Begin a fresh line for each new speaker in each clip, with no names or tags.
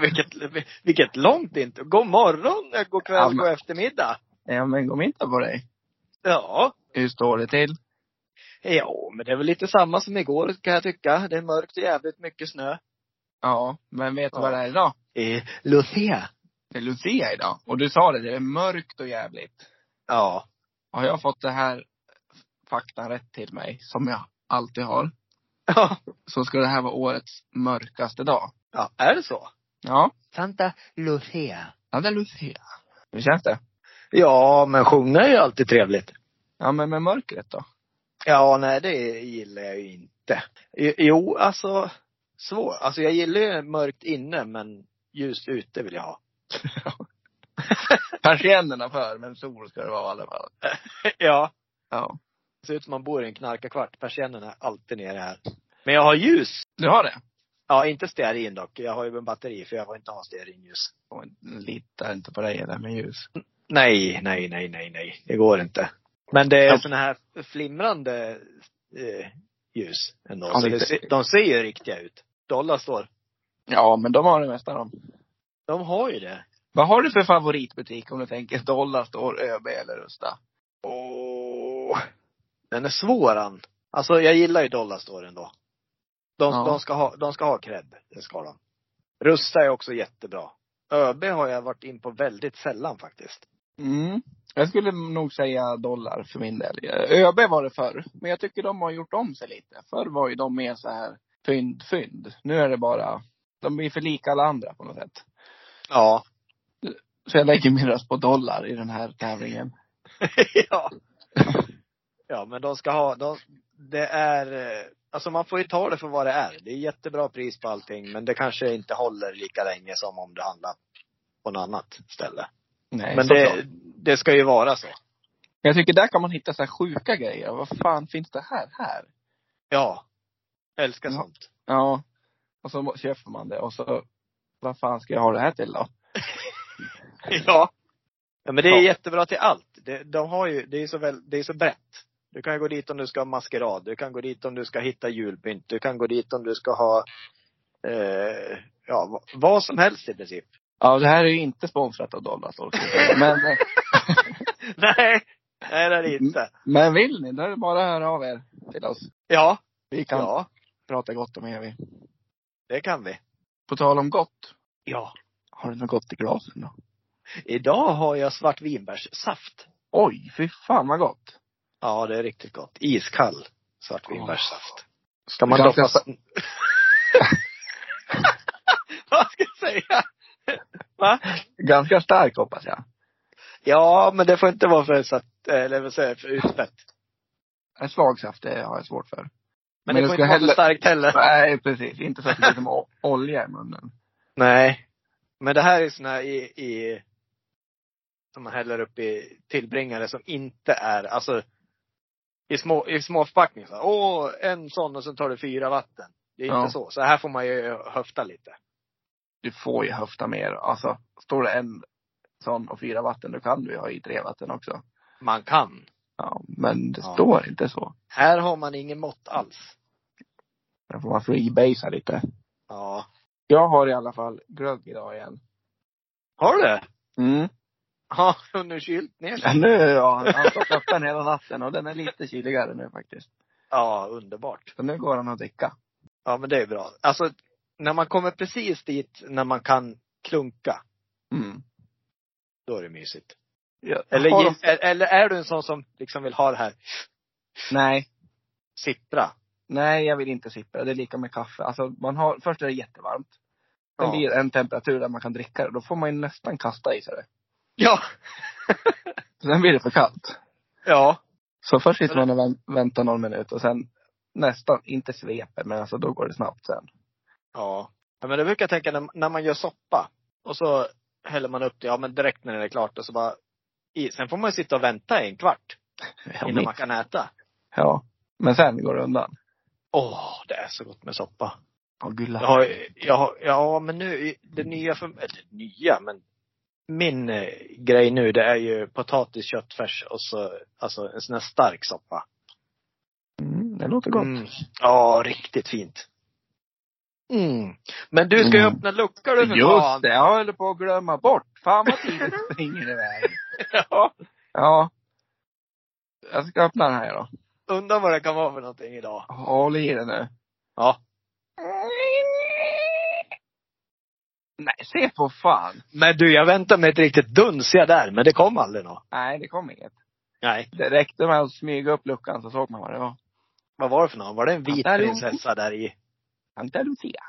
Mm. vilket långt inte. God morgon, eh, god kväll,
Ja, men-
god eftermiddag.
Ja men gå inte på dig.
Ja.
Hur står det till?
Ja, men det är väl lite samma som igår kan jag tycka. Det är mörkt och jävligt mycket snö.
Ja, men vet du
Ja.
vad det är idag?
Eh, Lucia.
Det är Lucia idag. Och du sa det, det är mörkt och jävligt.
Ja.
Har jag fått det här faktan rätt till mig, som jag alltid har,
Ja.
så ska det här vara årets mörkaste dag.
ja. Är det så?
Ja,
Santa Lucia.
ja det är Lucia. Hur känns det?
Ja, men sjunga är ju alltid trevligt.
Ja men med mörkret då?
Ja, nej det gillar jag ju inte. Jo, Jo, alltså svår. Alltså jag gillar ju mörkt inne men ljust ute vill jag ha.
Persiennerna för, men sol ska det vara i alla fall.
Ja.
Ja.
Det ser ut som man bor i en knarkarkvart. Persiennen är alltid nere här. Men jag har ljus.
Du har det?
Ja, inte stearin dock. Jag har ju en batteri för jag vill inte ha stearinljus.
Och Litar inte på dig där med ljus.
Nej, nej, nej, nej, nej. Det går inte. Men det är
Ja.
såna här flimrande eh, ljus ändå.
Ja,
så det,
lite.
ser- de ser ju riktiga ut. Dollar står.
Ja, men de har det mesta de.
De har ju det.
Vad har du för favoritbutik om du tänker Dollar står ÖB eller Rusta?
Åh. Den är svår han. Alltså jag gillar ju Dollarstore ändå. De,
Ja.
de ska ha, de ska ha cred. Det ska de. Rusta är också jättebra. ÖB har jag varit in på väldigt sällan faktiskt.
Mm. Jag skulle nog säga dollar för min del. Eh, ÖB var det förr, men jag tycker de har gjort om sig lite. Förr var ju de mer så här fynd, fynd. Nu är det bara, de blir för lika alla andra på något sätt.
Ja.
Så jag lägger min röst på dollar i den här tävlingen.
ja. Ja, men de ska ha, de, det är, eh, alltså man får ju ta det för vad det är. Det är jättebra pris på allting, men det kanske inte håller lika länge som om du handlar på något annat ställe.
Nej,
Men
såklart.
det, det ska ju vara så.
Jag tycker där kan man hitta så här sjuka grejer. Vad fan finns det här, här?
Ja. Älskar
Ja.
sånt.
Ja. Och så köper man det och så, vad fan ska jag ha det här till då?
Ja. Ja, men det är
Ja.
jättebra till allt. Det, de har ju, det är ju så väl, det är så brett. Du kan ju gå dit om du ska ha maskerad, du kan gå dit om du ska hitta julpynt, du kan gå dit om du ska ha, eh, ja, vad, vad som helst i princip.
Ja, det här är ju inte sponsrat av Dollarstore. kan jag säga. Men,
Nej, Mm. nej det är det inte.
men vill ni, då är det bara att höra av er till oss.
Ja,
Vi kan
ja,
prata gott om er. vi.
det kan vi.
På tal om gott,
Ja.
har du något gott i glasen då?
Idag har jag svart vinbärssaft.
Oj, fy fan vad gott!
Ja, det är riktigt gott. Iskall svart vinbärssaft. Ska
Det
man
kanske-
doppa... sa- Vad ska jag säga? Va?
Ganska stark hoppas jag.
Ja, men det får inte vara för satt, eh, eller vad säger jag, för utspätt.
En svag saft, det har jag svårt för.
Men,
Men
det
det
får
ska
inte vara för
heller-
starkt heller.
Nej, precis. Inte så att det blir som o- olja i munnen.
Nej. Men det här är såna här i, i som man häller upp i tillbringare som inte är, alltså i små, i små förpackningar. Så här, Åh, en sån och sen tar du fyra vatten. Det är
Ja.
inte så. Så här får man ju höfta lite.
Du får ju höfta mer. Alltså, står det en sån och fyra vatten, då kan du ju ha i tre vatten också.
Man kan.
Ja, men det
Ja.
står inte så.
Här har man ingen mått alls.
Där får man freebasea lite.
Ja.
Jag har i alla fall glögg idag igen.
Har du det?
Mm.
Ja, och nu kylt ner sig.
Nu, ja. Han har stått öppen hela natten och den är lite kyligare nu faktiskt.
Ja, underbart.
Så nu går han att dricka.
Ja, men det är bra. Alltså, när man kommer precis dit när man kan klunka,
Mm.
då är det mysigt.
Ja,
Eller,
har de-
giss- eller- eller är du en sån som liksom vill ha det här
Nej,
sippra?
nej jag vill inte sippa. Det är lika med kaffe. Alltså man har, först är det jättevarmt. Sen
Ja.
blir det en temperatur där man kan dricka det. Då får man ju nästan kasta i sig det.
Ja.
Sen blir det för kallt.
Ja.
Så först sitter man och vänt- väntar någon minut och sen nästan, inte sveper, men alltså då går det snabbt sen.
Ja. ja men det brukar jag tänka när, när man gör soppa och så häller man upp det, ja men direkt när det är klart och så bara i. Sen får man ju sitta och vänta i en kvart
Ja,
innan
men,
man kan äta.
ja. men sen går det undan.
Åh, det är så gott med soppa.
Ja, gulla.
Jag har, jag har, ja men nu, det nya för eller nya men min eh, grej nu det är ju potatis, köttfärs och så, alltså en sån här stark soppa.
Mm, det låter gott.
Ja, riktigt fint. Mm. Men du ska ju
Mm.
öppna luckor du för
Just
fan.
det, jag höll på att glömma bort. Fan vad tiden springer iväg.
Ja.
Ja. Jag ska öppna den här då.
Undrar vad det kan vara för någonting idag.
Håll i den nu.
Ja.
Nej, se på fan.
Men du, jag väntade mig ett riktigt dunsiga där, men det kom aldrig något.
Nej, det kom inget.
Nej.
Det räckte med att smyga upp luckan så såg man vad det var.
Vad var det för någon? Var det en vit
Där är hon.
prinsessa där i?
Andalusia.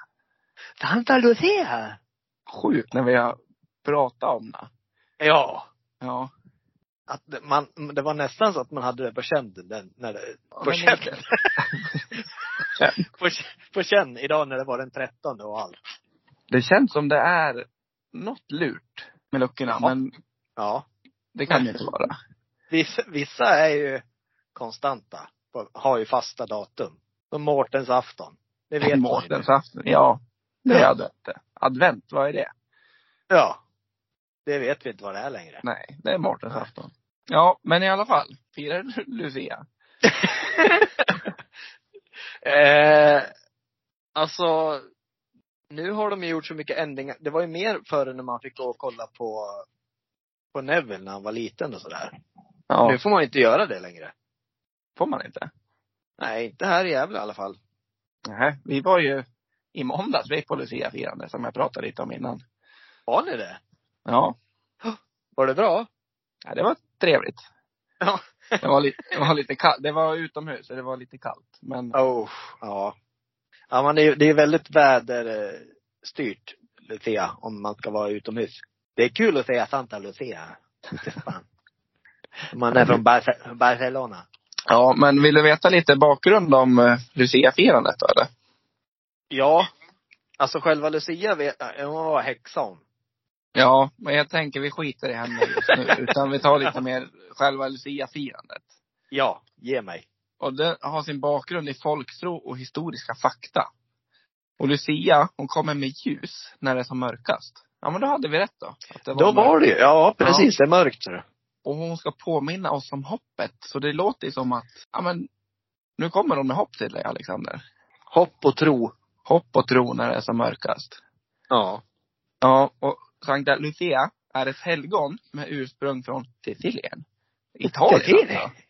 Santa Lucia!
Sjukt när vi har pratat om det.
Ja.
Ja.
Att det- man, det var nästan så att man hade det på känn den, när det, på
men
känn.
lite.
på, k- på känn idag när det var den 13 och allt.
Det känns som det är något lurt med luckorna,
Jaha.
men
Ja.
det kan det inte vara.
Vissa, vissa är ju konstanta. på- Har ju fasta datum. Som Mårtens afton. Det vet man ju.
Mårtensafton, ja. Det är advent. Advent, vad är det?
Ja. Det vet vi inte vad det är längre.
Nej, det är Mårtensafton. Ja, men i alla fall. Firar du Lucia?
eh, alltså, nu har de ju gjort så mycket ändringar. Det var ju mer förr när man fick gå och kolla på, på Neville när han var liten och sådär.
Ja.
Nu får man inte göra det längre.
får man inte.
Nej, inte här i Gävle i alla fall.
Nej, vi var ju i måndags vi på Lucia-firande som jag pratade lite om innan.
Har ni det?
Ja,
Var det bra?
ja det var trevligt.
Ja.
Det var lite, det var lite kallt. Det var utomhus så det var lite kallt. Men
Oh, ja. Ja, man är, det är väldigt väderstyrt, Lucia, om man ska vara utomhus. Det är kul att säga Santa Lucia. Fan. Man är från Barce- Barcelona.
ja, men vill du veta lite bakgrund om eh, Lucia-firandet då eller?
Ja. Alltså själva Lucia vet jag, hon var häxa hon.
Ja, men jag tänker vi skiter i henne just nu. utan vi tar lite mer själva Lucia-firandet.
Ja, ge mig.
Och det har sin bakgrund i folktro och historiska fakta. Och Lucia, hon kommer med ljus när det är som mörkast. Ja men då hade vi rätt då. Att det
Då var det ju, ja precis, det är mörkt. ser du.
Och hon ska påminna oss om hoppet. Så det låter ju som att, ja men, nu kommer hon med hopp till dig Alexander.
Hopp och tro.
Hopp och tro när det är som mörkast.
Ja.
Ja, och Sankta Lucia är ett helgon med ursprung från Sicilien. Italien
Sicilien?
alltså.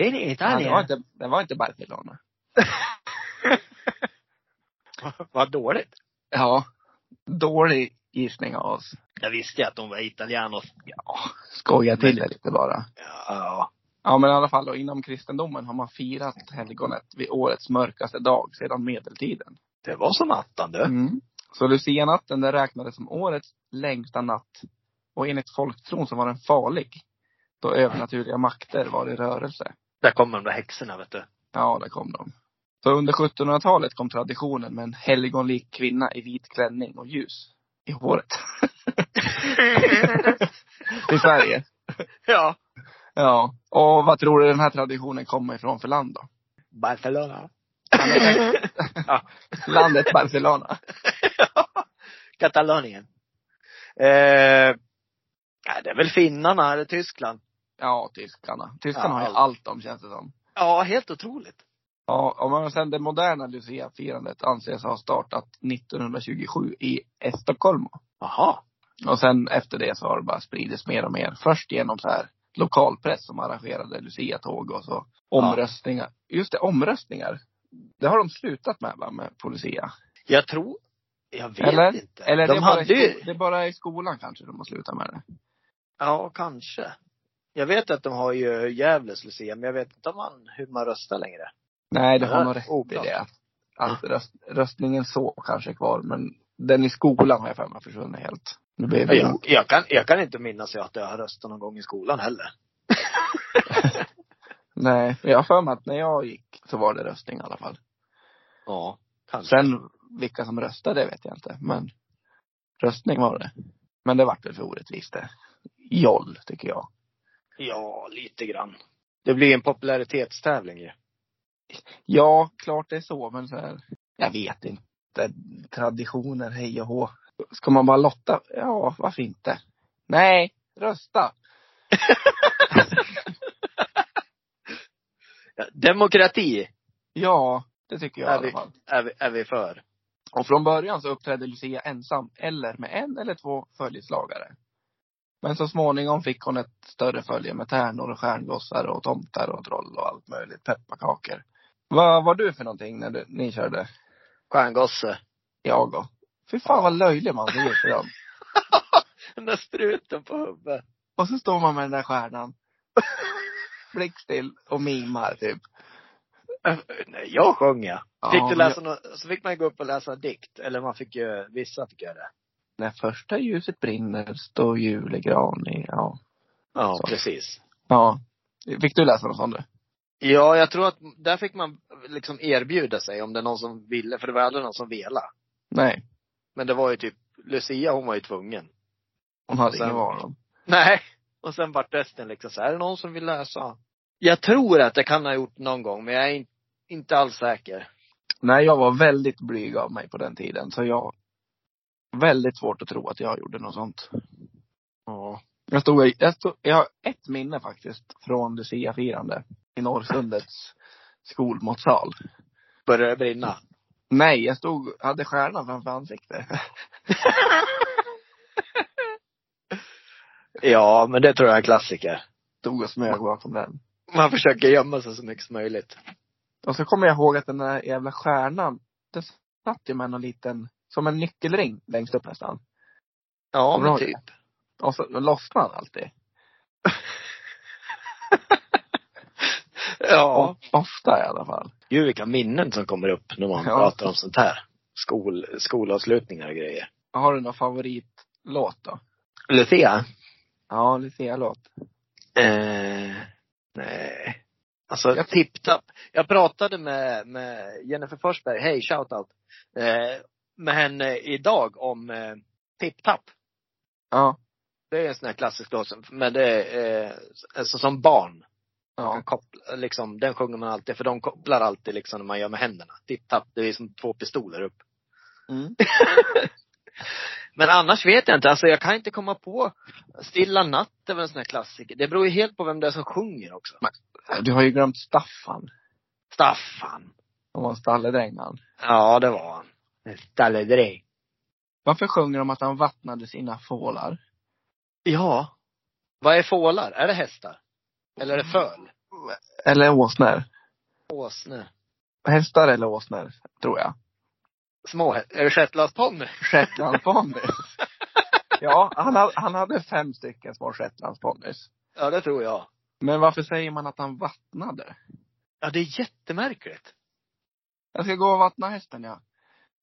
Ja,
är i
det, var
Italien.
inte, det var inte Barcelona.
Vad dåligt.
Ja. Dålig gissning av oss.
Jag visste ju att de var italianos.
Ja, skoja till det lite bara.
Ja. ja.
Ja men i alla fall då, inom kristendomen har man firat helgonet vid årets mörkaste dag sedan medeltiden.
Det var som attan du.
Mm. Så Lucianatten den räknades som årets längsta natt. Och enligt folktron så var den farlig. Då övernaturliga makter var i rörelse.
Där kommer de där häxorna vet du.
Ja, där kom de. Så under 1700-talet kom traditionen med en helgonlik kvinna i vit klänning och ljus i håret. I Sverige.
ja.
Ja. Och vad tror du den här traditionen kommer ifrån för land då?
Barcelona.
Landet Barcelona.
Katalonien. Eh, nej, det är väl finnarna eller Tyskland.
Ja, tyskarna. Tyskarna
Ja,
har ju
allt.
allt om känns det som.
Ja, helt otroligt.
Ja, om man sen det moderna Lucia-firandet anses ha startat 1927 i Estocolmo.
Jaha.
Och sen efter det så har det bara spridits mer och mer. Först genom så här lokalpress som arrangerade Lucia-tåg och så omröstningar. Just det, omröstningar. Det har de slutat med va, med på Lucia?
Jag tror, jag vet
Eller?
inte.
Eller
de
det, är bara i
hade
sko-
ju,
det är bara i skolan kanske de har slutat med det.
ja kanske. Jag vet att de har ju Gävles Lucia, men jag vet inte om man, hur man röstar längre.
Nej, det
Det
har
här
nog
är
rätt i
oklart.
det. Att, att röst, röstningen så kanske är kvar, men den i skolan har jag för mig försvunnit helt. Det blev väl
Jag, jag, kan, jag kan inte minnas att jag har röstat någon gång i skolan heller.
Nej, jag har för mig att när jag gick så var det röstning i alla fall.
Ja, kanske.
Sen vilka som röstade vet jag inte, men röstning var det. Men det vart väl för orättvist det. Joll, tycker jag.
Ja, lite grann. Det blir en popularitetstävling ju.
Ja, klart det är så, men så här, jag vet inte. Traditioner, hej och hå. Ska man bara lotta? Ja, varför inte? Nej, rösta!
Ja, Demokrati
Ja, det tycker jag i
Är
alla
vi-
fall.
är vi, är vi för.
Och från början så uppträdde Lucia ensam eller med en eller två följeslagare. Men så småningom fick hon ett större följe med tärnor och stjärngossar och tomtar och troll och allt möjligt. Pepparkakor. Vad var du för någonting när du, ni körde?
Stjärngosse.
Jag då? Fy fan vad löjlig man blir för dem.
Den där struten på huvudet.
Och så står man med den där stjärnan. Blickstill och mimar typ.
Nej, jag sjöng ja. Fick
Ja,
du
men
läsa nå- så fick man ju gå upp och läsa dikt. Eller man fick ju, vissa fick göra det.
När första ljuset brinner står julegran i, ja.
Ja,
Så.
precis.
Ja. Fick du läsa något sånt du?
Ja, jag tror att där fick man liksom erbjuda sig om det är någon som ville, för det var aldrig någon som velade.
Nej.
Men det var ju typ, Lucia hon var ju tvungen.
Hon hade
Och sen-
ingen val.
Nej. Och sen vart resten liksom så här, är det någon som vill läsa? Jag tror att jag kan ha gjort någon gång, men jag är in, inte alls säker.
Nej, jag var väldigt blyg av mig på den tiden. Så jag, väldigt svårt att tro att jag gjorde något sånt. Ja. Jag, stod, jag, stod, jag har ett minne faktiskt från Lucia-firande i Norrsundets skolmatsal.
Börjar det brinna?
Nej, jag stod, hade stjärnan framför ansiktet.
Ja, men det tror jag är en klassiker.
Stod och smög bakom den.
Man försöker gömma sig så mycket som möjligt.
Och så kommer jag ihåg att den där jävla stjärnan, den satt ju med någon liten, som en nyckelring längst upp nästan.
Ja,
Kommer
men
du ihåg
typ.
Och så lossnade den alltid.
Ja.
O- Ofta i alla fall.
Gud vilka minnen som kommer upp när man
Ja.
pratar om sånt här. Skol, skolavslutningar och grejer.
Har du någon favoritlåt då?
Lucia?
Ja, Lucia-låt.
Eh, nej. Alltså,
Jag-
tipptapp. Jag pratade med, med Jennifer Forsberg, hej, shoutout. Eh, med henne idag om eh, tipptapp.
Ja.
Det är en sån här klassisk låt, som- men det är, eh, alltså som barn. Man
Ja.
koppla, liksom, den sjunger man alltid, för de kopplar alltid liksom när man gör med händerna. Tipp-tapp, det är som två pistoler upp.
Mm.
Men annars vet jag inte, alltså jag kan inte komma på. Stilla natt är väl en sån här klassiker. Det beror ju helt på vem det är som sjunger också.
Du har ju glömt Staffan.
Staffan.
Han var en stalledräng han.
Ja, det var han. Stalledräng.
Varför sjunger de att han vattnade sina fålar?
Ja. Mm. Vad är fålar? Är det hästar? Eller är det föl?
Eller åsnor.
Åsne?
Hästar eller åsnor, tror jag.
Små hä- Är det shetlandsponny?
Shetlandsponny. ja, han, ha- han hade fem stycken små shetlandsponnys.
Ja, det tror jag.
Men varför säger man att han vattnade?
Ja, det är jättemärkligt.
Jag ska gå och vattna hästen ja.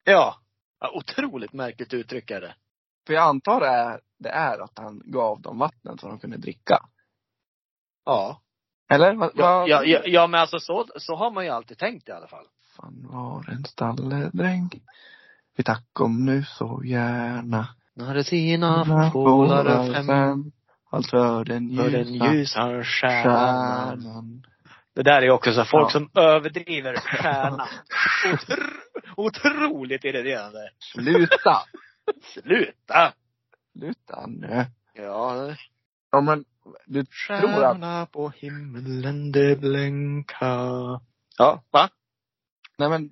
Ja. ja otroligt märkligt uttryck är det.
För jag antar det är, det är att han gav dem vattnet så de kunde dricka.
Ja.
Eller? Vad,
Ja,
vad-
ja, ja, ja men alltså så, så har man ju alltid tänkt i alla fall.
Fan var en stalledräng. Vi tack om nu så gärna.
När det sina
Vårar
fålar och fem
Allt för den ljusa,
för den ljusa stjärnan.
stjärnan.
Det där är ju också så folk
Ja.
som överdriver stjärnan. Otro, otroligt irriterande.
Sluta!
Sluta!
Sluta nu.
Ja,
Ja men, du tror att,
stjärna på himlen det blänka. Ja, va?
nej men,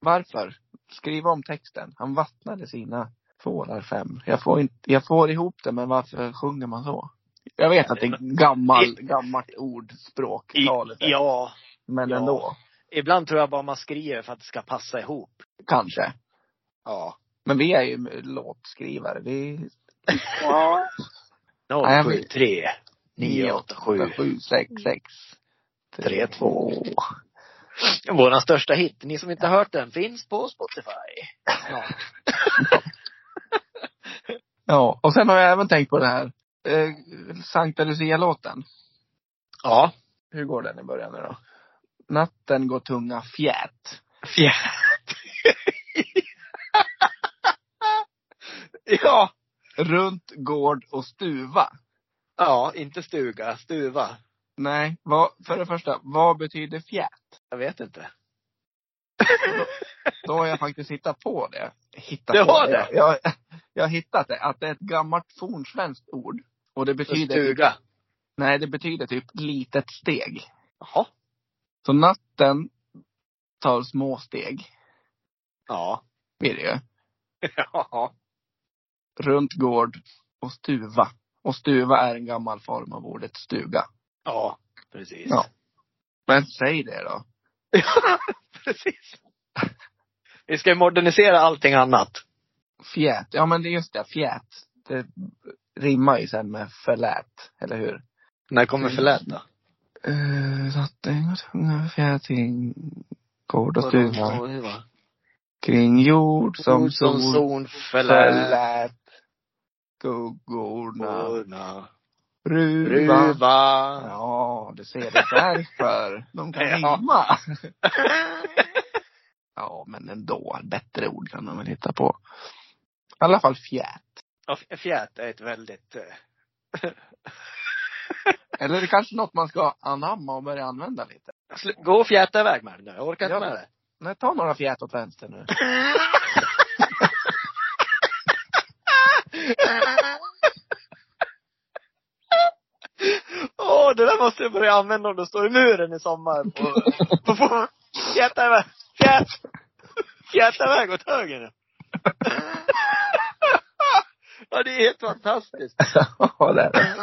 varför? Skriv om texten. Han vattnade sina fålar fem. Jag får inte, jag får ihop det men varför sjunger man så? Jag vet att det är gammal, gammalt ord, språk,
I,
talesätt.
ja.
men
ja.
ändå.
Ibland tror jag bara man skriver för att det ska passa ihop.
Kanske.
Ja.
Men vi är ju låtskrivare. Vi...
073 987
7, 6,
Mm.
6.
3, 2. Vår största hit. Ni som inte hört den finns på Spotify.
Ja, och sen har jag även tänkt på det här. Eh, Sankta Lucia-låten.
Ja.
Hur går den i början nu då? Natten går tunga fjät.
ja.
Runt gård och stuva.
Ja, inte stuga, stuva.
Nej, vad, för det första, vad betyder fjät?
Jag vet inte.
Då har jag faktiskt hittat på det. Hittat
Du
på
har det?
Jag, jag, jag har hittat det, att det är ett gammalt fornsvenskt ord. Och det betyder typ-
Stuga.
Nej, det betyder typ litet steg.
Jaha.
Så natten tar små steg.
Ja.
blir det ju.
Ja.
Runt gård och stuva. Och stuva är en gammal form av ordet stuga.
Ja, precis.
Ja. Men säg det då.
precis. Vi ska ju modernisera allting annat.
Fjät. Ja men det är just det, fjät. Det rimmar ju sen med förlät, eller hur?
När kommer
Mm.
förläta?
Uh, Satting och tunga fjäting. Gård och stuva. Kring jord som
Som
sol
zon
förlät. Skuggorna.
förläta.
Ruva.
Ruva.
Ja, du ser det därför. De kan
Ja.
rimma. Ja, men ändå. Bättre ord kan de väl hitta på. I alla fall fjät.
Ja, f- Fjät är ett väldigt... eh,
Eller är det kanske något man ska anamma och börja använda lite.
sl- Gå och fjäta iväg med den nu. Jag orkar inte
Ja.
med det.
Nej, ta några fjät åt vänster nu.
Åh, det där måste jag börja använda om det står i muren i sommar. På, på, på, fjäta iväg. Fjät, fjäta iväg åt höger nu. Ja, det är helt fantastiskt.
ja, det är det.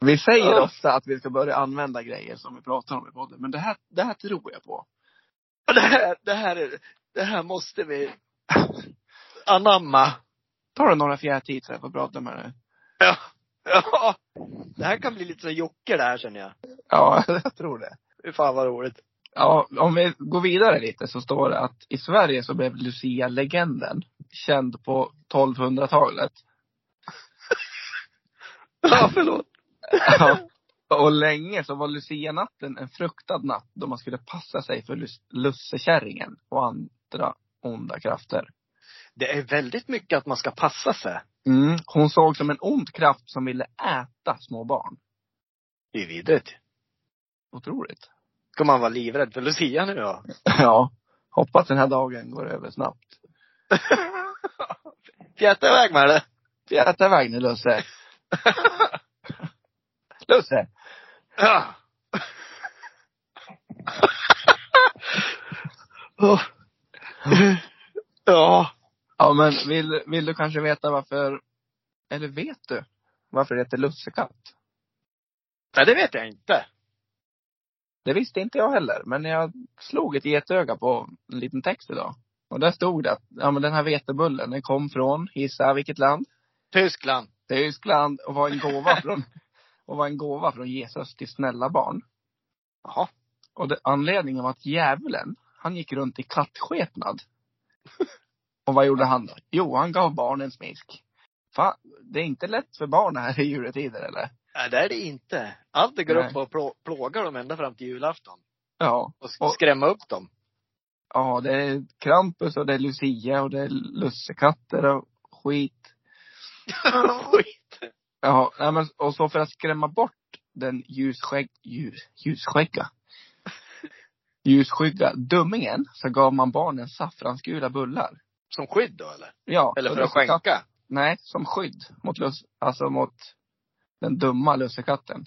Vi säger
Ja.
ofta att vi ska börja använda grejer som vi pratar om i podden. Men det här, det här tror jag på.
Och Det här, det här, är, det här måste vi anamma.
Tar du några fjät hit så jag får prata med dig?
Ja. ja. Det här kan bli lite som Jocke det här känner jag.
Ja, jag tror det.
Fy fan vad roligt.
Ja, om vi går vidare lite så står det att i Sverige så blev Lucia-legenden känd på 1200-talet.
Ja, förlåt.
Ja. Och länge så var Lucia-natten en fruktad natt då man skulle passa sig för lus- lussekärringen och andra onda krafter.
Det är väldigt mycket att man ska passa sig.
Mm. Hon såg som en ond kraft som ville äta små barn.
Det är vidrigt.
Otroligt.
Ska man vara livrädd för Lucia nu då?
Ja. Hoppas den här dagen går över snabbt.
Fjäta iväg med det.
Fjäta iväg nu Lusse. Lusse!
Ja. Åh. ja.
Ja men vill, vill du kanske veta varför, eller vet du varför det heter lussekatt?
Nej, det vet jag inte.
Det visste inte jag heller, men jag slog ett getöga på en liten text idag. Och där stod det att, ja men den här vetebullen, den kom från, gissa vilket land?
Tyskland.
Tyskland och var en gåva från, och var en gåva från Jesus till snälla barn.
Jaha.
Och det, anledningen var att djävulen, han gick runt i kattskepnad. Och vad gjorde han då? Jo, han gav barnen smisk. Fan, det är inte lätt för barn här i juletider eller?
Nej, det är det inte. Allt det går
Nej.
upp och plå- plågar dem ända fram till julafton.
Ja.
Och sk-
Och-
skrämma upp dem.
Ja, det är Krampus och det är Lucia och det är lussekatter och skit.
Skit.
Ja, nej men, och så för att skrämma bort den ljusskägg, ljus, ljusskägga. Ljusskygga dummingen så gav man barnen saffransgula bullar.
Som skydd då eller?
Ja.
Eller
och
för att
lussekatt-
skänka?
Nej, som skydd mot lus, alltså mot den dumma lussekatten.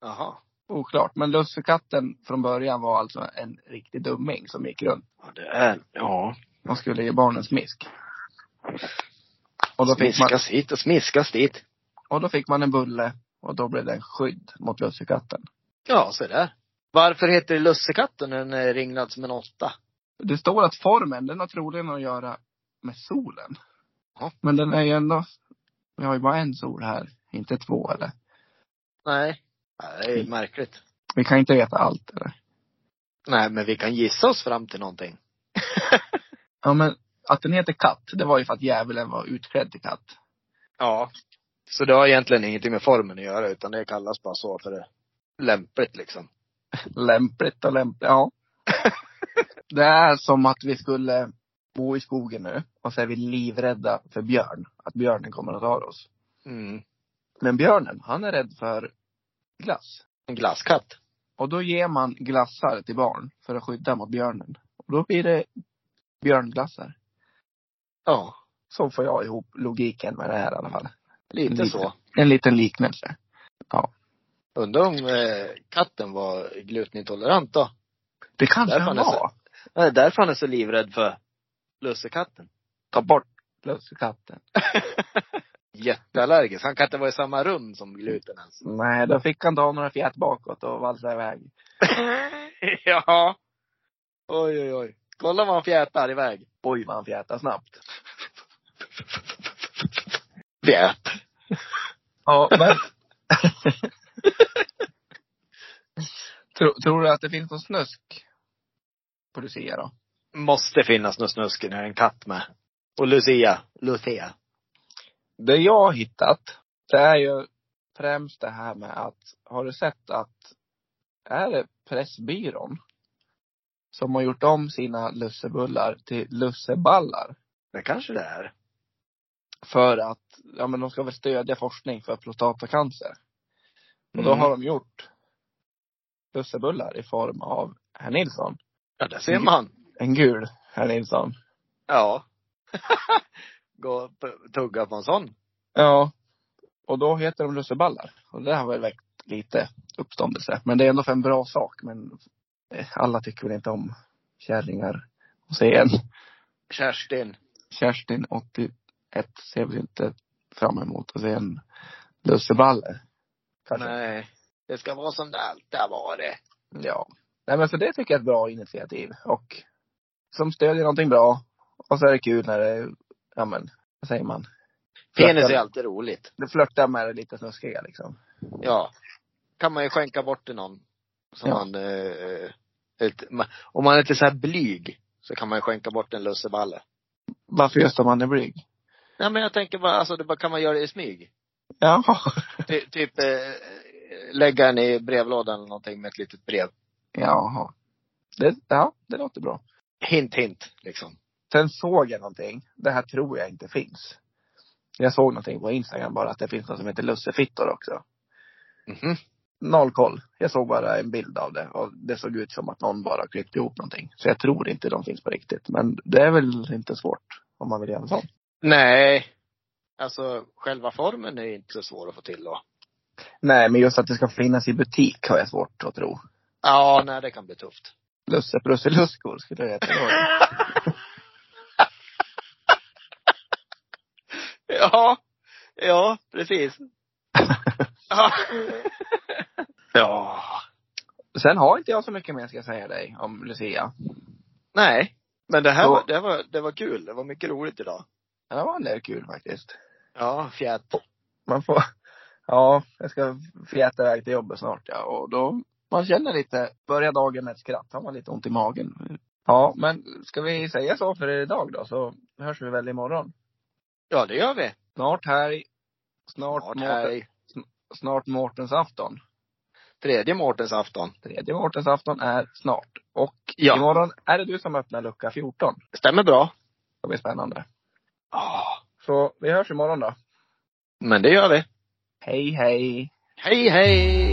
Jaha.
Oklart. Men lussekatten från början var alltså en riktig dumming som gick runt
Ja, det är, ja.
och skulle ge barnen smisk. Och då, fick man,
Smiskas hit och smiskas dit.
och då fick man en bulle och då blev den skydd mot lussekatten.
Ja, så där. Varför heter det lussekatten när den är ringlad som en åtta?
Det står att formen, den har troligen att göra med solen.
Ja.
Men den är ju ändå, vi har ju bara en sol här, inte två eller?
Nej. Nej, det är ju märkligt.
Vi kan inte veta allt eller?
Nej, men vi kan gissa oss fram till någonting.
Ja men, att den heter katt, det var ju för att djävulen var utklädd till katt.
Ja. Så det har egentligen ingenting med formen att göra utan det kallas bara så för det lämpligt liksom.
Lämpligt och lämpligt, ja. Det är som att vi skulle bo i skogen nu och så är vi livrädda för björn. Att björnen kommer att ta oss.
Mm.
Men björnen, han är rädd för glass.
En glasskatt.
Och då ger man glassar till barn för att skydda mot björnen. Och då blir det björnglassar.
Ja.
Så får jag ihop logiken med det här i alla fall.
Lite
Lite.
så.
En liten liknelse.
Undrar om eh, katten var glutenintolerant då?
Det kanske
Där
han
fanns det.
var.
Det är därför han är så livrädd för lussekatten.
Ta bort lussekatten.
Jätteallergisk. Han kan inte vara i samma rum som gluten ens.
Nej, då fick han ta några fjät bakåt och valsa iväg.
ja. Oj, oj, oj. Kolla vad han fjätar iväg.
Oj, vad han fjätar snabbt.
Fjät.
Ja, men... tror, tror du att det finns någon snusk på Lucia då?
Måste finnas någon snusk när det är en katt med. Och Lucia. Lucia.
Det jag har hittat, det är ju främst det här med att, har du sett att, är det Pressbyrån som har gjort om sina lussebullar till lusseballar?
Det kanske det är.
För att, ja men de ska väl stödja forskning för prostatacancer. Och då
Mm.
har de gjort lussebullar i form av herr Nilsson.
Ja, där ser man.
En gul herr Nilsson.
Ja. Gå och p- tugga på en sån.
Ja. Och då heter de lusseballar. Och det har väl väckt lite uppståndelse. Men det är ändå för en bra sak. Men eh, alla tycker väl inte om kärringar. Och se en
Kerstin.
Kerstin 81 ser vi inte fram emot att se en lusseballe.
Alltså.
Kanske.
Nej. Det ska vara som det alltid har varit.
Ja. Nej men så det tycker jag är ett bra initiativ. Och som stödjer någonting bra. Och så är det kul när det, ja men, vad säger man?
Penis är alltid roligt.
Det flörtar med det lite snuskiga liksom.
Ja. Kan man ju skänka bort till någon. Som
Ja.
man, eh, ett, ma- om man är lite så här blyg så kan man ju skänka bort en lusseballe.
Varför just om man är blyg?
Nej men jag tänker bara, alltså det bara, kan man göra det i smyg?
Jaha.
Ty, typ eh, lägga den i brevlådan eller någonting med ett litet brev.
Jaha. Det, ja, det låter bra.
Hint hint liksom.
Sen såg jag någonting. Det här tror jag inte finns. Jag såg någonting på Instagram bara att det finns något som heter lussefittor också.
Mhm.
Noll koll. Jag såg bara en bild av det och det såg ut som att någon bara klippt ihop någonting. Så jag tror inte de finns på riktigt. Men det är väl inte svårt om man vill göra en sån.
Nej. Alltså själva formen är ju inte så svår att få till då.
Nej, men just att det ska finnas i butik har jag svårt att tro.
Ja, nej det kan bli tufft.
Lusse Prusseluskor skulle det heta då.
ja. Ja, precis. ja. ja.
Sen har inte jag så mycket mer ska jag säga dig om Lucia.
Nej. Men det här
Så-
var, det var, det var kul. Det var mycket roligt idag.
Men Det var en del kul faktiskt.
Ja, fjät.
man får, ja, jag ska fjäta iväg till jobbet snart ja. Och då, man känner lite, börjar dagen med ett skratt, har man lite ont i magen. Ja, men ska vi säga så för idag då, så hörs vi väl imorgon.
Ja, det gör vi.
Snart helg, snart,
Snart
Mårten-
här.
snart Mårtens afton.
Tredje Mårtens afton.
Tredje Mårtens afton är snart. Och
Ja.
imorgon är det du som öppnar lucka 14.
Stämmer bra.
Det blir spännande.
Ja.
Så vi hörs imorgon då.
Men det gör vi.
Hej hej!
Hej, hej!